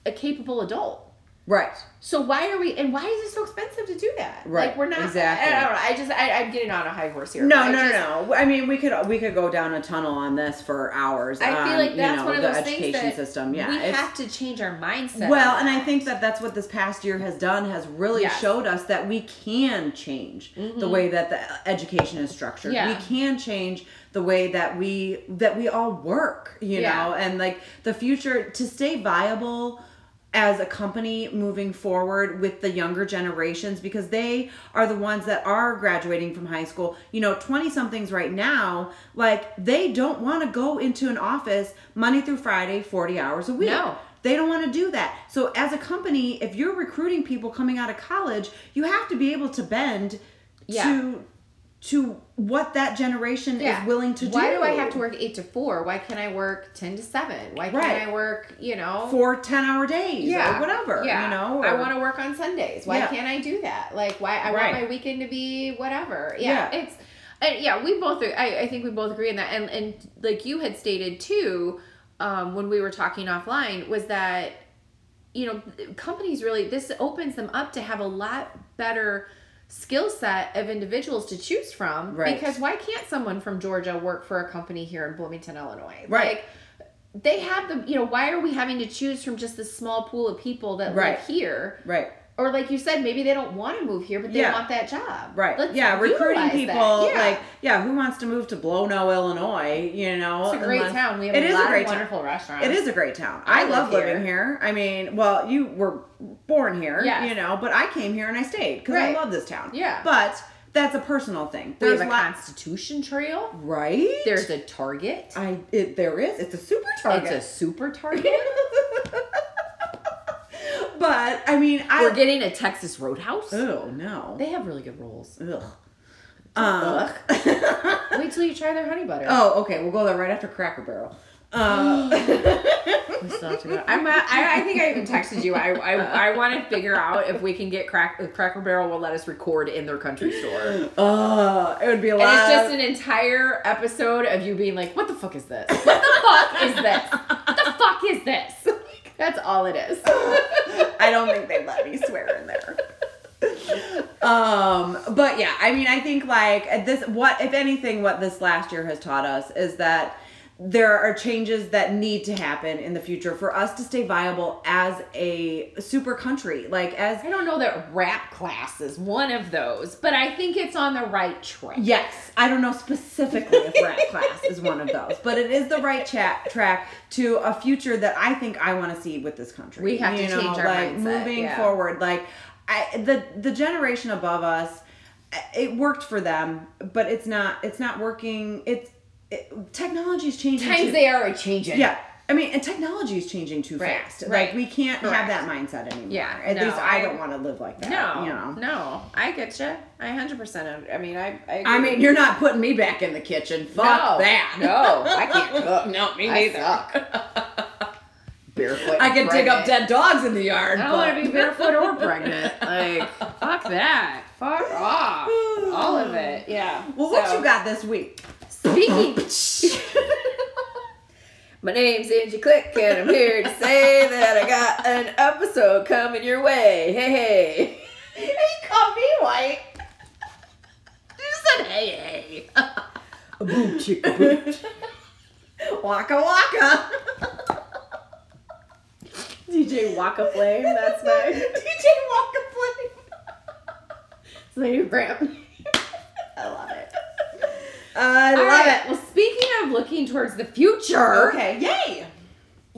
S3: a capable adult.
S1: Right.
S3: So why are we and why is it so expensive to do that? Like
S1: Right,
S3: we're not
S1: exactly.
S3: I, don't know. I just I, I'm getting on a high horse here. but
S1: No,
S3: I
S1: no,
S3: just-
S1: no, no. I mean, we could we could go down a tunnel on this for hours.
S3: I feel
S1: on,
S3: like that's
S1: Um, you know,
S3: one of
S1: the
S3: those
S1: education
S3: things that
S1: system. Yeah,
S3: we
S1: it's-
S3: have to change our mindset.
S1: Well,
S3: on
S1: and I
S3: that.
S1: think that that's what this past year has done has really
S3: Yes.
S1: showed us that we can change the way that the education is structured.
S3: Yeah.
S1: We can change the way that we that we all work, you
S3: Yeah.
S1: know, and like the future to stay viable as a company moving forward with the younger generations because they are the ones that are graduating from high school. You know, 20 somethings right now, like they don't want to go into an office Monday through Friday 40 hours a week.
S3: No.
S1: They don't want to do that. So, as a company, if you're recruiting people coming out of college, you have to be able to bend
S3: Yeah.
S1: to to what that generation
S3: Yeah.
S1: is willing to
S3: Why
S1: do.
S3: do I have to work eight to four? Why can't I work ten to seven? Why can't
S1: Right.
S3: I work, you know,
S1: for ten hour days or whatever?
S3: Yeah.
S1: You know,
S3: I
S1: or-
S3: want to work on Sundays. Why
S1: Yeah.
S3: can't I do that? Like, why I
S1: Right.
S3: want my weekend to be whatever. Yeah,
S1: Yeah.
S3: it's and yeah. We both, I, I think we both agree on that. And and like you had stated too, um, when we were talking offline, was that you know companies really this opens them up to have a lot better skill set of individuals to choose from
S1: Right.
S3: because why can't someone from georgia work for a company here in bloomington illinois
S1: Right.
S3: like they have the you know why are we having to choose from just this small pool of people that
S1: Right.
S3: live here
S1: right.
S3: or like you said maybe they don't want to move here but they
S1: Yeah.
S3: want that job
S1: Right.
S3: Let's
S1: yeah, recruiting
S3: utilize that.
S1: people
S3: Yeah.
S1: like yeah, who wants to move to Blono, Illinois, you know?
S3: it's a great
S1: unless-
S3: town we have
S1: It
S3: a
S1: is
S3: lot
S1: great
S3: of
S1: town.
S3: wonderful restaurants
S1: It is a great town.
S3: I
S1: I,
S3: live
S1: love
S3: here.
S1: living here. I mean, well, you were born here,
S3: Yes.
S1: you know, but I came here and I stayed because
S3: Right.
S1: I love this town.
S3: Yeah.
S1: But that's a personal thing.
S3: we have
S1: There's
S3: a
S1: lot,
S3: constitution trail
S1: right?
S3: there's a target
S1: I it, there is. It's a super
S3: it's
S1: target.
S3: a super target
S1: but I mean, I
S3: we're getting a texas roadhouse
S1: oh no.
S3: they have really good rolls
S1: Ugh. Um,
S3: wait till you try their honey butter
S1: oh, okay. We'll go there right after Cracker Barrel. Uh,
S3: We still have to go. I'm. uh, I, I think I even texted you. I. I, I want to figure out if we can get crack. If Cracker Barrel will let us record in their country store, and
S1: Uh, it would be a lot.
S3: it's just
S1: of-
S3: an entire episode of you being like, "What the fuck is this? What the fuck is this? What the fuck is this?" That's all it is.
S1: I don't think they let me swear in there. Um, but yeah, I mean, I think like at this, what if anything, what this last year has taught us is that there are changes that need to happen in the future for us to stay viable as a super country, like as
S3: I don't know that rap class is one of those, but I think it's on the right track.
S1: Yes, I don't know specifically if rap class is one of those, but it is the right chat track to a future that I think I want to see with this country.
S3: We have to change our
S1: like
S3: mindset,
S1: moving
S3: yeah.
S1: forward. Like I, the the generation above us, it worked for them, but it's not it's not working. It's it, technology is changing.
S3: Times
S1: too-
S3: they are a changing.
S1: yeah. I mean, and technology is changing too
S3: Right,
S1: fast.
S3: right,
S1: Like we can't
S3: correct.
S1: have that mindset anymore.
S3: Yeah,
S1: At
S3: no,
S1: least I,
S3: I-
S1: don't want to live like that.
S3: No.
S1: You know.
S3: No. I get you. I hundred percent. I mean, I. I,
S1: I
S3: agree.
S1: mean, you're not putting me back in the kitchen. Fuck
S3: no,
S1: that.
S3: No, I can't cook.
S1: No, me
S3: I suck. barefoot.
S1: I can dig up
S3: dead.
S1: dead dogs in the yard.
S3: I don't want to be barefoot or pregnant. Like, fuck that. Fuck off. All of it. Yeah.
S1: Well, what
S3: So,
S1: you got this week?
S3: Speaking.
S2: My name's Angie Click, and I'm here to say that I got an episode coming your way. Hey, hey.
S1: He called me white.
S2: You said hey, hey.
S1: A boom chick, a boom
S2: Waka waka.
S3: DJ Waka Flame. That's my
S1: DJ Waka Flame.
S3: that's my new brand.
S2: I love it. I
S3: All
S2: love
S3: right. Well, speaking of looking towards the future,
S1: Okay, yay.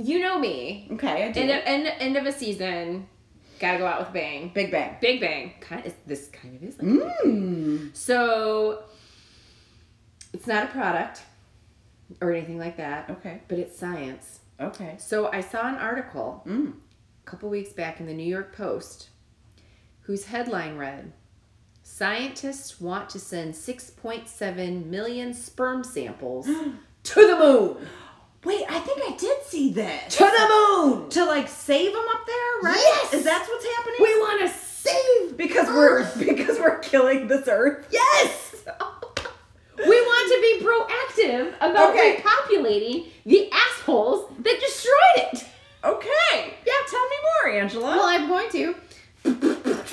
S3: you know me.
S1: Okay, I do.
S3: End of, end, end of a season, gotta go out with a bang.
S1: Big Bang.
S3: Big bang. Kind of, this kind of is like.
S1: Mmm.
S3: So, it's not a product or anything like that,
S1: Okay,
S3: but it's science.
S1: okay.
S3: So I saw an article
S1: Mmm.
S3: a couple weeks back in the New York Post, whose headline read, "Scientists want to send 6.7 million sperm samples to the moon."
S1: Wait, I think I did see this.
S2: To the moon.
S1: To like save them up there, right?
S2: Yes!
S1: Is that what's happening?
S3: We want to save.
S1: because
S2: Earth.
S1: we're because we're killing this Earth.
S2: Yes.
S3: We want to be proactive about
S1: Okay.
S3: repopulating the assholes that destroyed it.
S1: Okay. Yeah. Tell me more, Angela.
S3: Well, I'm going to.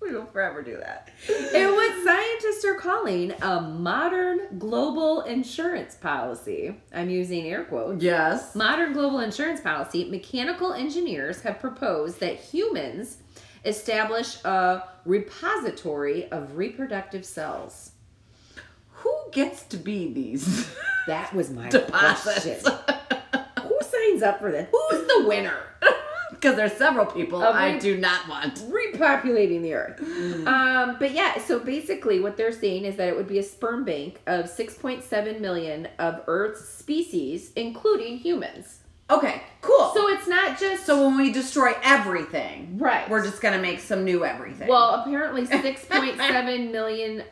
S1: we will forever do that.
S3: And what scientists are calling a modern global insurance policy. I'm using air quotes.
S1: Yes.
S3: Modern global insurance policy, mechanical engineers have proposed that humans establish a repository of reproductive cells.
S1: Who gets to be these
S3: That was my
S1: deposits?
S3: question. Who signs up for that? Who's the winner?
S1: Because there's several people
S3: Of
S1: I
S3: re-
S1: do not want.
S3: repopulating the earth.
S1: Mm.
S3: Um, but yeah, so basically what they're saying is that it would be a sperm bank of 6.7 million of Earth's species, including humans.
S1: Okay. Cool. So
S3: So it's not just
S1: so when we destroy everything,
S3: right.
S1: we're just gonna make some new everything.
S3: well, apparently 6.7 million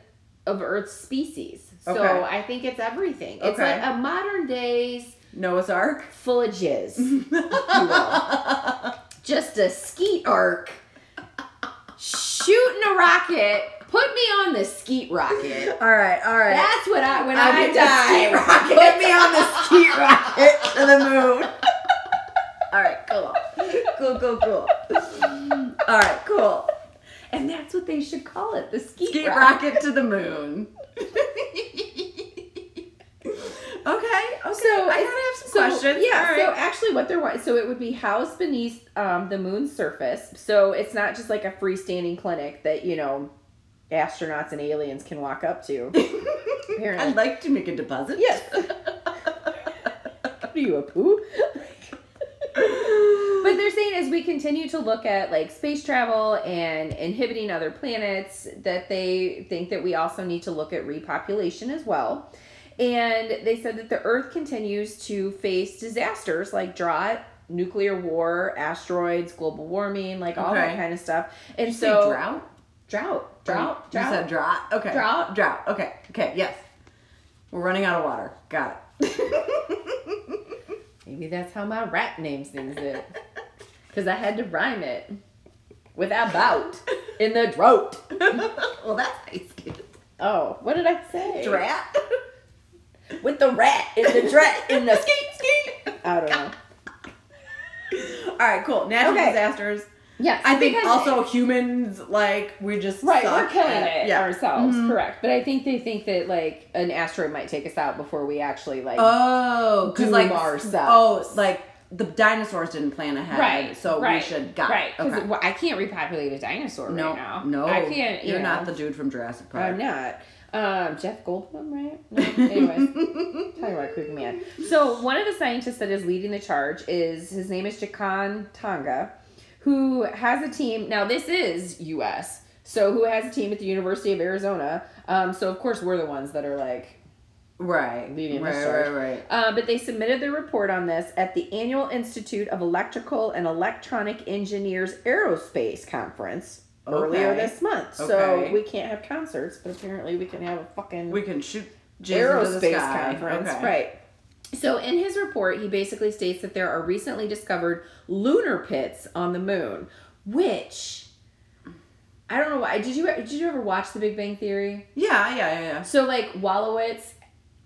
S3: of Earth's species. So
S1: Okay.
S3: I think it's everything. It's
S1: Okay.
S3: like a modern day's
S1: Noah's Ark.
S3: full of jizz. if you will. Just a skeet arc. Shooting a rocket. Put me on the skeet rocket.
S1: All right. All right.
S3: That's what I when
S1: I'm
S3: I,
S1: in the
S3: die.
S1: skeet rocket.
S3: Put me
S1: on the ski rocket to the moon.
S2: All right. Cool. Cool. Cool. Cool.
S1: All right, cool.
S3: And that's what they should call it, the skeet,
S1: Ski
S3: rocket.
S1: rocket to the moon. okay. Okay.
S3: So
S1: I
S3: it's-
S1: gotta have some
S3: So,
S1: questions.
S3: Yeah.
S1: All
S3: So
S1: right.
S3: actually, what they're wa- so it would be housed beneath um, the moon's surface. So it's not just like a freestanding clinic that you know astronauts and aliens can walk up to. Apparently.
S1: I'd like to make a deposit.
S3: Yes. Are you a poo? but they're saying as we continue to look at like space travel and inhibiting other planets, that they think that we also need to look at repopulation as well. And they said that the Earth continues to face disasters like drought, nuclear war, asteroids, global warming, like all that
S1: Okay.
S3: kind of stuff. And
S1: You say
S3: so
S1: drought.
S3: drought, drought,
S1: You said
S3: drought.
S1: drought. Okay.
S3: Drought.
S1: Drought. Okay. Okay. Yes. We're running out of water. Got it.
S3: Maybe that's how my rap name sings it. Because I had to rhyme it with about in the drought.
S1: well, that's how you say it.
S3: Oh, what did I say?
S1: Drat.
S3: With the rat in the drat in the skeet skeet. I don't know.
S1: All right. Cool. Natural
S3: Okay.
S1: disasters.
S3: Yes,
S1: I think
S3: because-
S1: also humans like we just
S3: right.
S1: suck
S3: We're killing
S1: at-
S3: it Mm-hmm.
S1: Yeah. Mm-hmm.
S3: ourselves, correct? But I think they think that like an asteroid might take us out before we actually like.
S1: Oh, because
S3: doom
S1: like
S3: ourselves.
S1: Oh, like the dinosaurs didn't plan ahead,
S3: right.
S1: So
S3: right,
S1: we should got
S3: right.
S1: it.
S3: Because
S1: Okay.
S3: I can't repopulate a dinosaur
S1: No,
S3: right now.
S1: no,
S3: I can't. You
S1: You're
S3: know. Oh,
S1: not the dude from Jurassic Park.
S3: I'm not. Um, Jeff Goldblum, right? No. Anyways, talking about creepy man. So one of the scientists that is leading the charge is his name is Jakan Tonga, who has a team. Now this is U.S. So who has a team at the University of Arizona? Um, so of course we're the ones that are like
S1: Right,
S3: Leading the
S1: right, right,
S3: charge.
S1: right.
S3: uh, but they submitted their report on this at the annual Institute of Electrical and Electronic Engineers Aerospace Conference earlier
S1: Okay.
S3: this month.
S1: Okay.
S3: So we can't have concerts, but apparently we can have a fucking
S1: We can shoot jizz into the
S3: aerospace
S1: sky.
S3: conference.
S1: Okay.
S3: Right. So in his report, he basically states that there are recently discovered lunar pits on the moon, which I don't know why. Did you did you ever watch The Big Bang Theory?
S1: Yeah, yeah, yeah, yeah.
S3: So like Wallowitz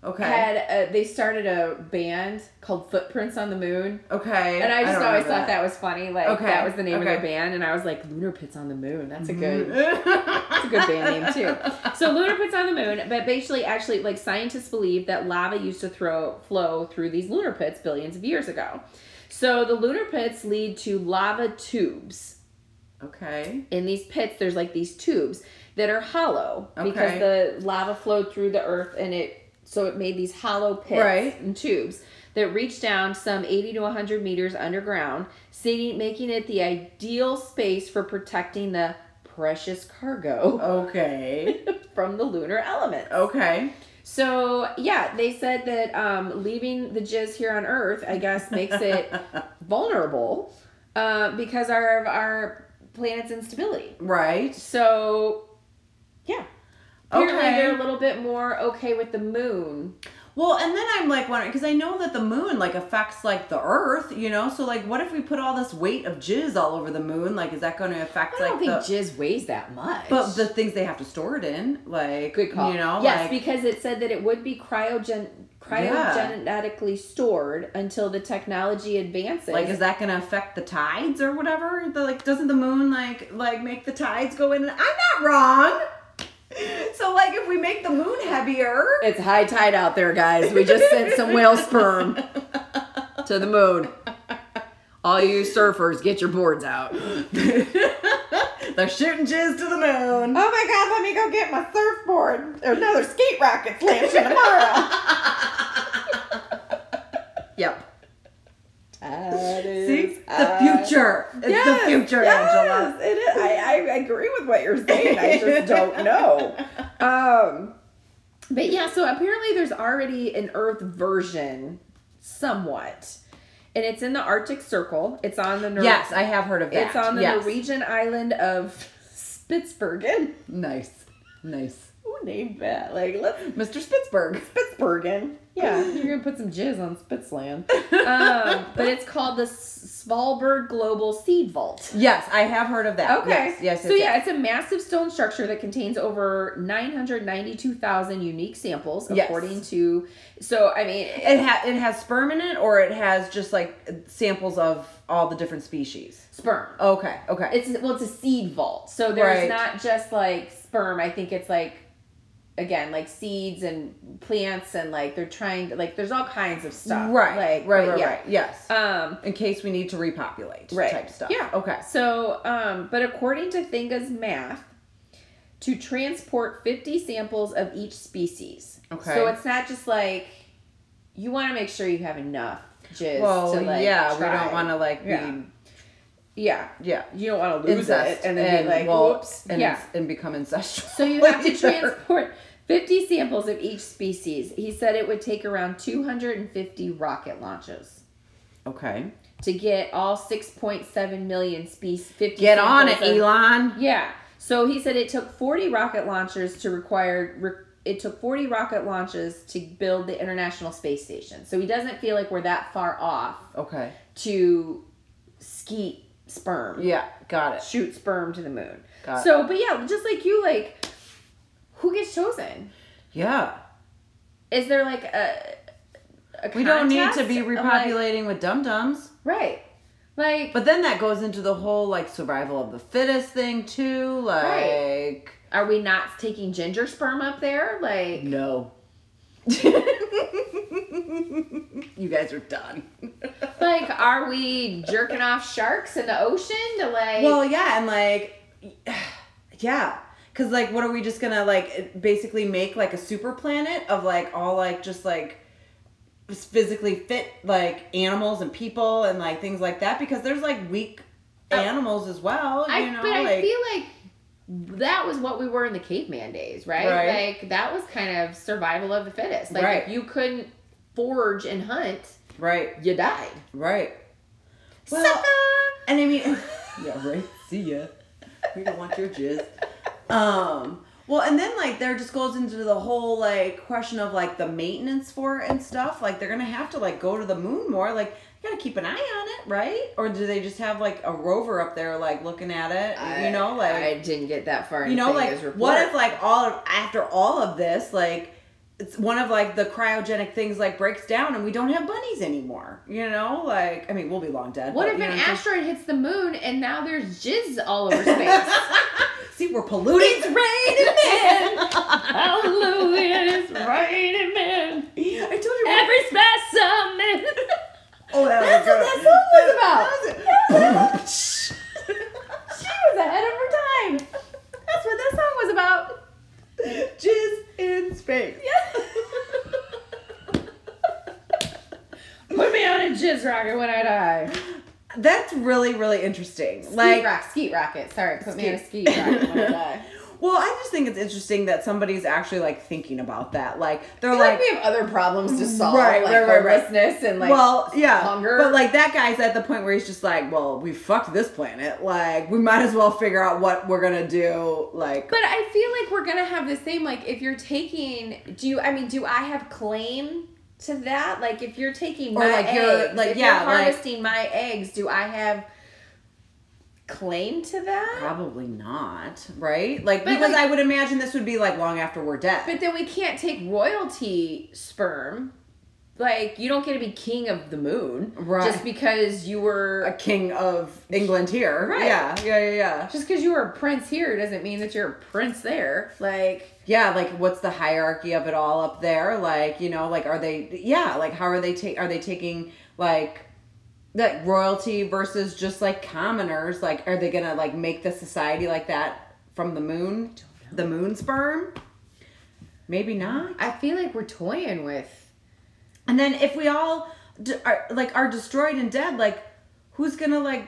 S1: Okay.
S3: had a, they started a band called Footprints on the Moon.
S1: okay.
S3: And I just
S1: don't
S3: always
S1: remember
S3: thought that was funny. Like
S1: Okay,
S3: that was the name of
S1: okay. Mm-hmm.
S3: their band, and I was like, Lunar Pits on the Moon. That's a good,
S1: It's
S3: that's a good band name too. So lunar pits on the moon, but basically, actually, like scientists believe that lava used to throw flow through these lunar pits billions of years ago. So the lunar pits lead to lava tubes.
S1: okay.
S3: In these pits, there's like these tubes that are hollow because the lava flowed through the earth and it so it made these hollow pits
S1: Right.
S3: and tubes that reach down some 80 to 100 meters underground, seeing, making it the ideal space for protecting the precious cargo
S1: Okay.
S3: from the lunar element.
S1: Okay.
S3: So yeah, they said that um, leaving the jizz here on Earth, I guess, makes it vulnerable uh, because our- of our planet's instability.
S1: Right.
S3: So yeah, apparently
S1: Okay.
S3: they're a little bit more okay with the moon.
S1: Well, and then I'm like wondering because I know that the moon like affects like the Earth, you know. So like, what if we put all this weight of jizz all over the moon? Like, is that going to affect
S3: I don't
S1: like the
S3: think jizz weighs that much.
S1: but the things they have to store it in? Like,
S3: good call.
S1: You know,
S3: yes,
S1: like
S3: because it said that it would be cryogen cryogenetically stored until the technology advances.
S1: like is that going to affect the tides or whatever? The, like, doesn't the moon like like make the tides go in? And, I'm not wrong. So like, if we make the moon heavier,
S2: It's high tide out there, guys. We just sent some whale sperm to the moon. All you surfers, get your boards out.
S1: they're shooting jizz to the moon.
S2: Oh my god, let me go get my surfboard. Or another skate rocket flashing tomorrow. yep.
S1: See, the future. It's the future, Angela.
S2: Yes, it is. I, I agree with what you're saying. I just don't know. Um,
S3: But yeah, so apparently there's already an Earth version, somewhat, and it's in the Arctic Circle. It's on the Nor-
S1: Yes, I have heard of that.
S3: it's on the
S1: yes.
S3: Norwegian island of Spitsbergen.
S1: Nice, nice,
S3: Who named that? Like, let's
S1: Mr. Spitzberg.
S2: Pittsburghin.
S3: yeah, you're gonna put some jizz on Spitzland. um, but it's called the S- Svalbard Global Seed Vault.
S1: Yes, I have heard of that.
S3: Okay.
S1: Yes. yes
S3: so
S1: yes,
S3: yeah, it's a massive stone structure that contains over 992,000 unique samples,
S1: Yes.
S3: according to. So I mean,
S1: yes. It ha- it has sperm in it, or it has just like samples of all the different species.
S3: sperm.
S1: Okay. Okay.
S3: it's well it's a seed vault so there's
S1: Right.
S3: not just like sperm i think it's like again like seeds and plants and like they're trying to like there's all kinds of stuff
S1: right.
S3: like
S1: right.
S3: but
S1: Right.
S3: yeah.
S1: Right. Yes.
S3: um
S1: in case we need to repopulate.
S3: Right.
S1: Type stuff.
S3: Yeah.
S1: Okay.
S3: so um but according to thinga's math to transport 50 samples of each species
S1: Okay.
S3: so it's not just like you want to make sure you have enough jizz
S1: Well,
S3: to like
S1: yeah, we
S3: try.
S1: don't want to like
S3: Yeah.
S1: be
S3: yeah
S1: yeah
S3: you don't want to lose
S1: incest
S3: it and then be like
S1: well,
S3: whoops
S1: and,
S3: yeah
S1: and become incestual.
S3: So you have to
S1: later.
S3: transport 50 samples of each species. He said it would take around 250 rocket launches
S1: Okay.
S3: to get all 6.7 million species. 50
S1: Get on it,
S3: samples of-
S1: Elon.
S3: Yeah. So he said it took 40 rocket launchers to require. Re- it took 40 rocket launches to build the International Space Station. So he doesn't feel like we're that far off
S1: Okay.
S3: to skeet sperm
S1: Yeah, got it.
S3: shoot sperm to the moon.
S1: Got it.
S3: so, but yeah, just like you, like who gets chosen?
S1: Yeah.
S3: Is there like a, a
S1: We don't need to
S3: contest?
S1: be
S3: I'm like,
S1: repopulating with dum dums.
S3: right? Like,
S1: But then that goes into the whole like survival of the fittest thing too. Like
S3: Right. are we not taking ginger sperm up there? Like,
S1: no. you guys are done.
S3: like are we jerking off sharks in the ocean to like?
S1: Well, yeah, and like yeah. Cause like what are we just gonna like basically make like a super planet of like all like just like physically fit like animals and people and like things like that because there's like weak animals as well.
S3: Oh.
S1: You
S3: I,
S1: know,
S3: but
S1: like,
S3: I feel like that was what we were in the caveman days, right?
S1: Right.
S3: Like that was kind of survival of the fittest. Like
S1: Right.
S3: if you couldn't forage and hunt,
S1: right,
S3: you died.
S1: right. Well,
S3: Sucker!
S1: And I mean, yeah, right. See ya. We don't want your jizz. Um. Well, and then like there just goes into the whole like question of like the maintenance for it and stuff. Like they're gonna have to like go to the moon more. Like you gotta keep an eye on it, right? Or do they just have like a rover up there like looking at it? you know, like
S2: I didn't get that far.
S1: you know, like what if like all of after all of this, like it's one of like the cryogenic things like breaks down and we don't have bunnies anymore. You know, like I mean, we'll be long dead.
S3: What
S1: but,
S3: if
S1: you
S3: an
S1: know what I'm
S3: asteroid hits the moon and now there's jizz all over space?
S1: saying? See, we're polluting.
S3: raining men. Hallelujah, it's raining men.
S1: I told you. we're-
S3: Every specimen.
S1: oh, that was
S2: That's what
S1: good.
S2: that song was
S1: That was
S3: she was ahead of her time. That's what that song was about.
S1: it. Jizz in space.
S3: Put me on a jizz rocket when I die.
S1: That's really, really interesting.
S3: Like
S1: like,
S3: rock, skeet rocket. Sorry, put me on a skeet rocket when I die.
S1: well, I just think it's interesting that somebody's actually like thinking about that. Like, they're
S2: I feel like
S1: like,
S2: we have other problems to solve,
S1: Right,
S2: like
S1: right, right, right.
S2: homelessness and like
S1: well, yeah,
S2: hunger.
S1: but like that guy's at the point where he's just like, well, we fucked this planet. Like, we might as well figure out what we're gonna do. Like,
S3: But I feel like we're gonna have the same. Like, if you're taking, do you? I mean, do I have claim to that? Like, if you're taking
S1: Or
S3: my
S1: like
S3: eggs,
S1: you're- like,
S3: if
S1: yeah,
S3: you're
S1: like-
S3: harvesting my eggs, do I have claim to that?
S1: probably not, right? Like,
S3: But,
S1: because
S3: like-
S1: I would imagine this would be like long after we're dead.
S3: But then we can't take royalty sperm. Like, you don't get to be king of the moon
S1: Right.
S3: just because you were
S1: a king of England here,
S3: Right.
S1: Yeah, yeah, yeah, yeah.
S3: just because you were a prince here doesn't mean that you're a prince there. Like,
S1: yeah like what's the hierarchy of it all up there like you know like are they yeah like how are they take are they taking like like royalty versus just like commoners like are they gonna like make the society like that from the moon the moon sperm maybe not
S3: I feel like we're toying with.
S1: and then if we all d- are, like are destroyed and dead like who's gonna like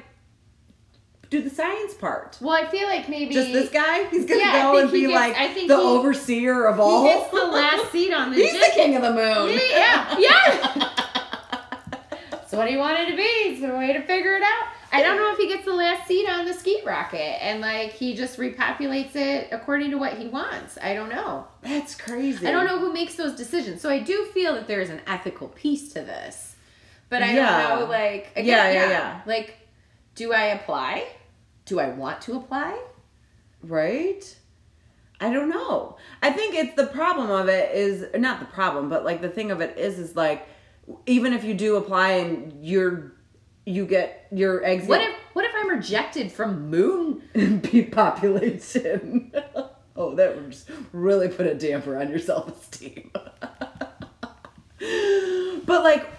S1: do the science part
S3: Well, I feel like maybe
S1: just this guy he's gonna
S3: Yeah, I
S1: go
S3: think
S1: and
S3: he
S1: be
S3: gets-
S1: like
S3: I think
S1: the
S3: he-
S1: overseer of
S3: He
S1: all
S3: gets the last seat on the
S2: he's the
S3: jet.
S2: king of the moon.
S3: Yeah, yeah. That's what he wanted to be. It's the way to figure it out. I don't know if he gets the last seat on the ski rocket and like he just repopulates it according to what he wants. I don't know.
S1: That's crazy.
S3: I don't know who makes those decisions. So I do feel that there is an ethical piece to this, but I
S1: Yeah.
S3: don't know. Like again,
S1: Yeah, yeah,
S3: yeah,
S1: yeah.
S3: Like, do I apply? Do I want to apply?
S1: Right? I don't know. I think it's the problem of it is not the problem, but like the thing of it is is like even if you do apply and you're you get your eggs
S3: What if what if I'm rejected from moon?
S1: if population? oh, that would just really put a damper on your self-esteem. but like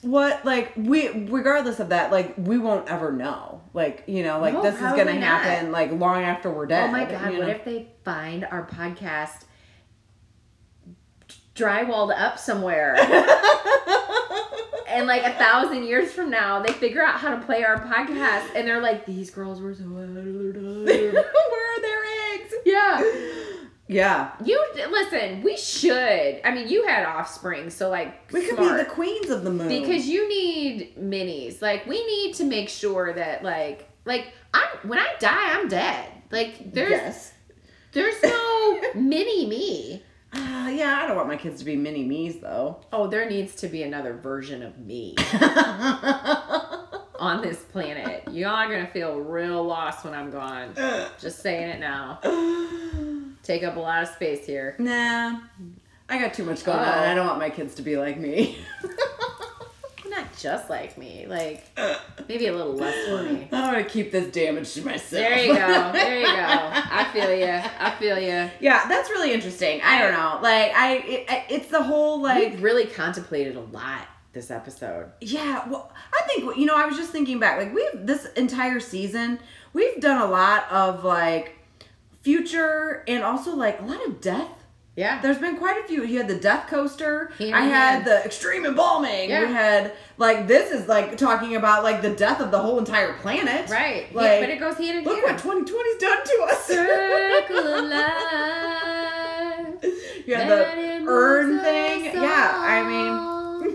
S1: what like we regardless of that like we won't ever know like you know like
S3: No,
S1: this is gonna
S3: probably not.
S1: happen like long after we're dead
S3: Oh my god,
S1: Uh, you
S3: what
S1: know?
S3: if they find our podcast drywalled up somewhere? and like a thousand years from now, they figure out how to play our podcast and they're like, these girls were so out of their time."
S1: Where are their eggs?
S3: Yeah.
S1: Yeah.
S3: You listen, we should. I mean, you had offspring, so like
S1: We could
S3: smart.
S1: be the queens of the moon.
S3: because you need minis like we need to make sure that like like i'm when i die i'm dead like there's
S1: yes.
S3: there's no mini me
S1: Ah, yeah, I don't want my kids to be mini me's though.
S3: oh there needs to be another version of me on this planet y'all are gonna feel real lost when i'm gone just saying it now take up a lot of space here
S1: nah. I got too much going
S3: Oh.
S1: on. I don't want my kids to be like me.
S3: not just like me like maybe a little less for me
S1: I want to keep this damage to myself.
S3: there you go there you go i feel you i feel you
S1: yeah, that's really interesting. I don't know. Like I it, I- it's the whole like
S3: we really contemplated a lot this episode.
S1: Yeah, well, I think you know. I was just thinking back, like we've this entire season, we've done a lot of like future and also like a lot of death.
S3: Yeah.
S1: There's been quite a few. You had the death coaster.
S3: Here
S1: I
S3: we
S1: had
S3: had-
S1: the extreme embalming.
S3: Yeah.
S1: We had like this is like talking about like the death of the whole entire planet.
S3: right.
S1: Like,
S3: yeah, but it goes hand in
S1: Look what
S3: hand.
S1: 2020's done to us.
S3: Circle of life.
S1: you had
S3: that
S1: the
S3: it
S1: urn
S3: moves
S1: thing.
S3: us
S1: Yeah, I
S3: all.
S1: mean,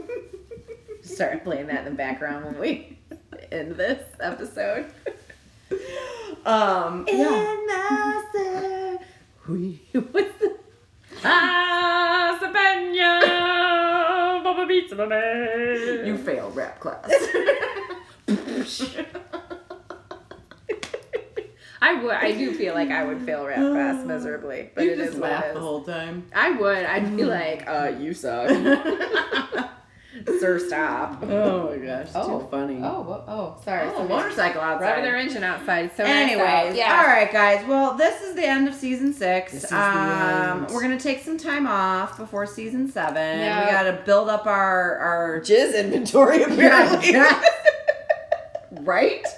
S3: Start playing that in the background when we end this episode.
S1: um, yeah.
S3: the What's the Ah, Sabena, Baba Beats, Baba
S1: You failed rap class.
S3: I I would. I do feel like I would fail rap fast miserably, but
S1: you
S3: it
S1: just
S3: is what
S1: laugh
S3: it
S1: the
S3: is.
S1: whole time.
S3: I would. I'd be like, uh, you suck, sir. Stop.
S1: Oh my gosh, too
S3: Oh.
S1: funny.
S3: Oh, whoa- oh, sorry.
S1: Oh,
S3: It's a
S1: motorcycle outside.
S3: Revving their engine outside. So nice out.
S1: Anyways, all right, guys. Well, this is the end of season six.
S2: This is the
S1: um,
S2: end.
S1: we're gonna take some time off before season seven. We
S3: Yeah.
S1: gotta build up our our
S2: Jizz inventory apparently.
S1: right.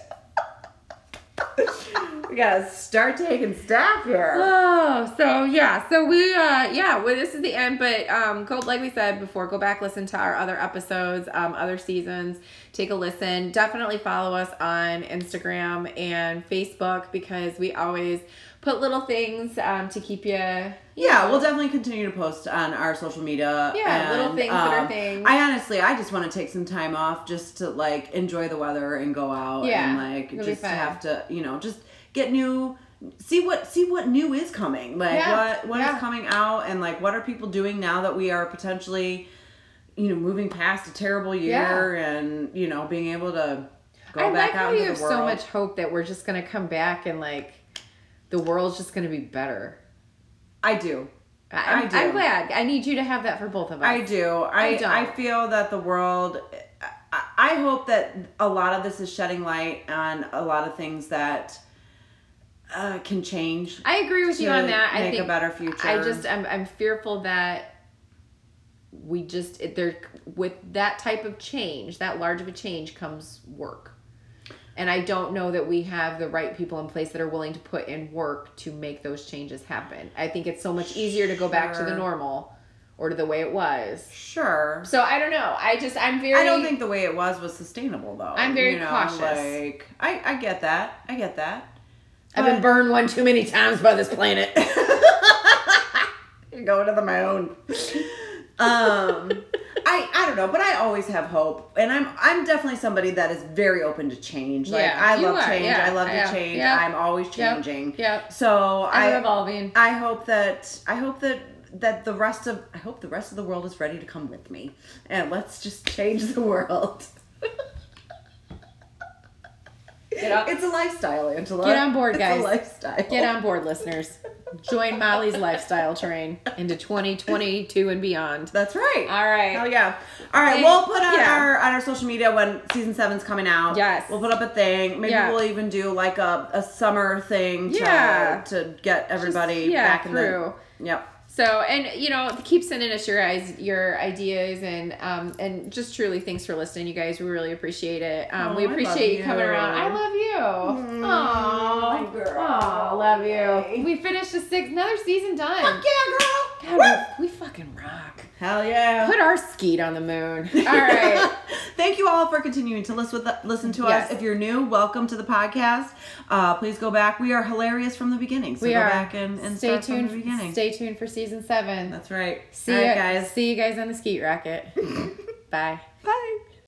S1: we gotta start taking staff here.
S3: Oh, so yeah, so we uh yeah, well this is the end, but um go like we said before, go back listen to our other episodes, um other seasons, take a listen. Definitely follow us on Instagram and Facebook because we always put little things um to keep you
S1: Yeah, we'll definitely continue to post on our social media. um,
S3: Yeah, little things that are things.
S1: I honestly, I just want to take some time off just to like enjoy the weather and go out
S3: Yeah,
S1: and like
S3: it'll be
S1: just
S3: fun.
S1: have to, you know, just get new. See what see what new is coming. Like
S3: Yeah,
S1: what what is
S3: yeah.
S1: coming out and like what are people doing now that we are potentially, you know, moving past a terrible year and you know being able to go
S3: I
S1: back
S3: like
S1: out
S3: how
S1: into
S3: you
S1: the
S3: have
S1: world.
S3: so much hope that we're just gonna come back and like the world's just gonna be better.
S1: I do.
S3: I,
S1: I
S3: am
S1: do.
S3: I'm glad. I need you to have that for both of us.
S1: I do. I
S3: I don't.
S1: I, feel that the world. I, I hope that a lot of this is shedding light on a lot of things that uh, can change.
S3: I agree with you
S1: to
S3: on that. I
S1: make a
S3: think
S1: better future.
S3: I just I'm I'm fearful that we just it, there with that type of change, that large of a change comes work. And I don't know that we have the right people in place that are willing to put in work to make those changes happen. I think it's so much easier to go back to the
S1: Sure.
S3: normal or to the way it was.
S1: sure.
S3: So I don't know. I just I'm very
S1: I don't think the way it was was sustainable though.
S3: I'm very cautious.
S1: Like I I get that. I get that.
S2: I've been burned one too many times by this planet.
S1: Going to the moon. um I, I don't know, but I always have hope, and I'm I'm definitely somebody that is very open to change. Like
S3: Yeah,
S1: I
S3: you
S1: love
S3: are,
S1: change.
S3: yeah,
S1: I love
S3: yeah,
S1: to change.
S3: yeah.
S1: I'm always
S3: Yep,
S1: changing.
S3: yep.
S1: So
S3: I'm
S1: I
S3: evolving.
S1: I hope that I hope that that the rest of I hope the rest of the world is ready to come with me, and let's just change the world.
S3: Get on,
S1: It's a lifestyle, Angela.
S3: Get on board,
S1: it's
S3: guys.
S1: A lifestyle.
S3: get on board, listeners. Join Molly's lifestyle train into 2022 and beyond.
S1: That's right.
S3: All right.
S1: Hell yeah. All right.
S3: Thank-
S1: we'll put on
S3: yeah.
S1: our on our social media when season seven's coming out.
S3: Yes.
S1: We'll put up a thing. Maybe
S3: Yeah.
S1: we'll even do like a, a summer thing to
S3: Yeah.
S1: to get everybody
S3: Just- yeah,
S1: back in
S3: through.
S1: the Yep.
S3: So and you know keep sending us your guys your ideas and um and just truly thanks for listening you guys we really appreciate it um
S1: Oh,
S3: we
S1: I
S3: appreciate
S1: love
S3: you Mm-hmm. coming
S1: you.
S3: around I love you oh
S1: my girl.
S3: love you
S1: Yay.
S3: we finished the sixth another season done
S1: Yeah, girl.
S3: God, we, we fucking rock
S1: Hell yeah.
S3: put our skeet on the moon all right
S1: Thank you all for continuing to listen with listen to
S3: Yes.
S1: us. If you're new, welcome to the podcast. Uh, please go back. We are hilarious from the beginning. So
S3: we
S1: go
S3: are
S1: back and, and
S3: stay
S1: start
S3: tuned
S1: from the beginning.
S3: stay tuned for season seven
S1: That's right.
S3: see
S1: all right,
S3: ya-
S1: guys.
S3: see you guys on the skeet rocket bye.
S1: Bye.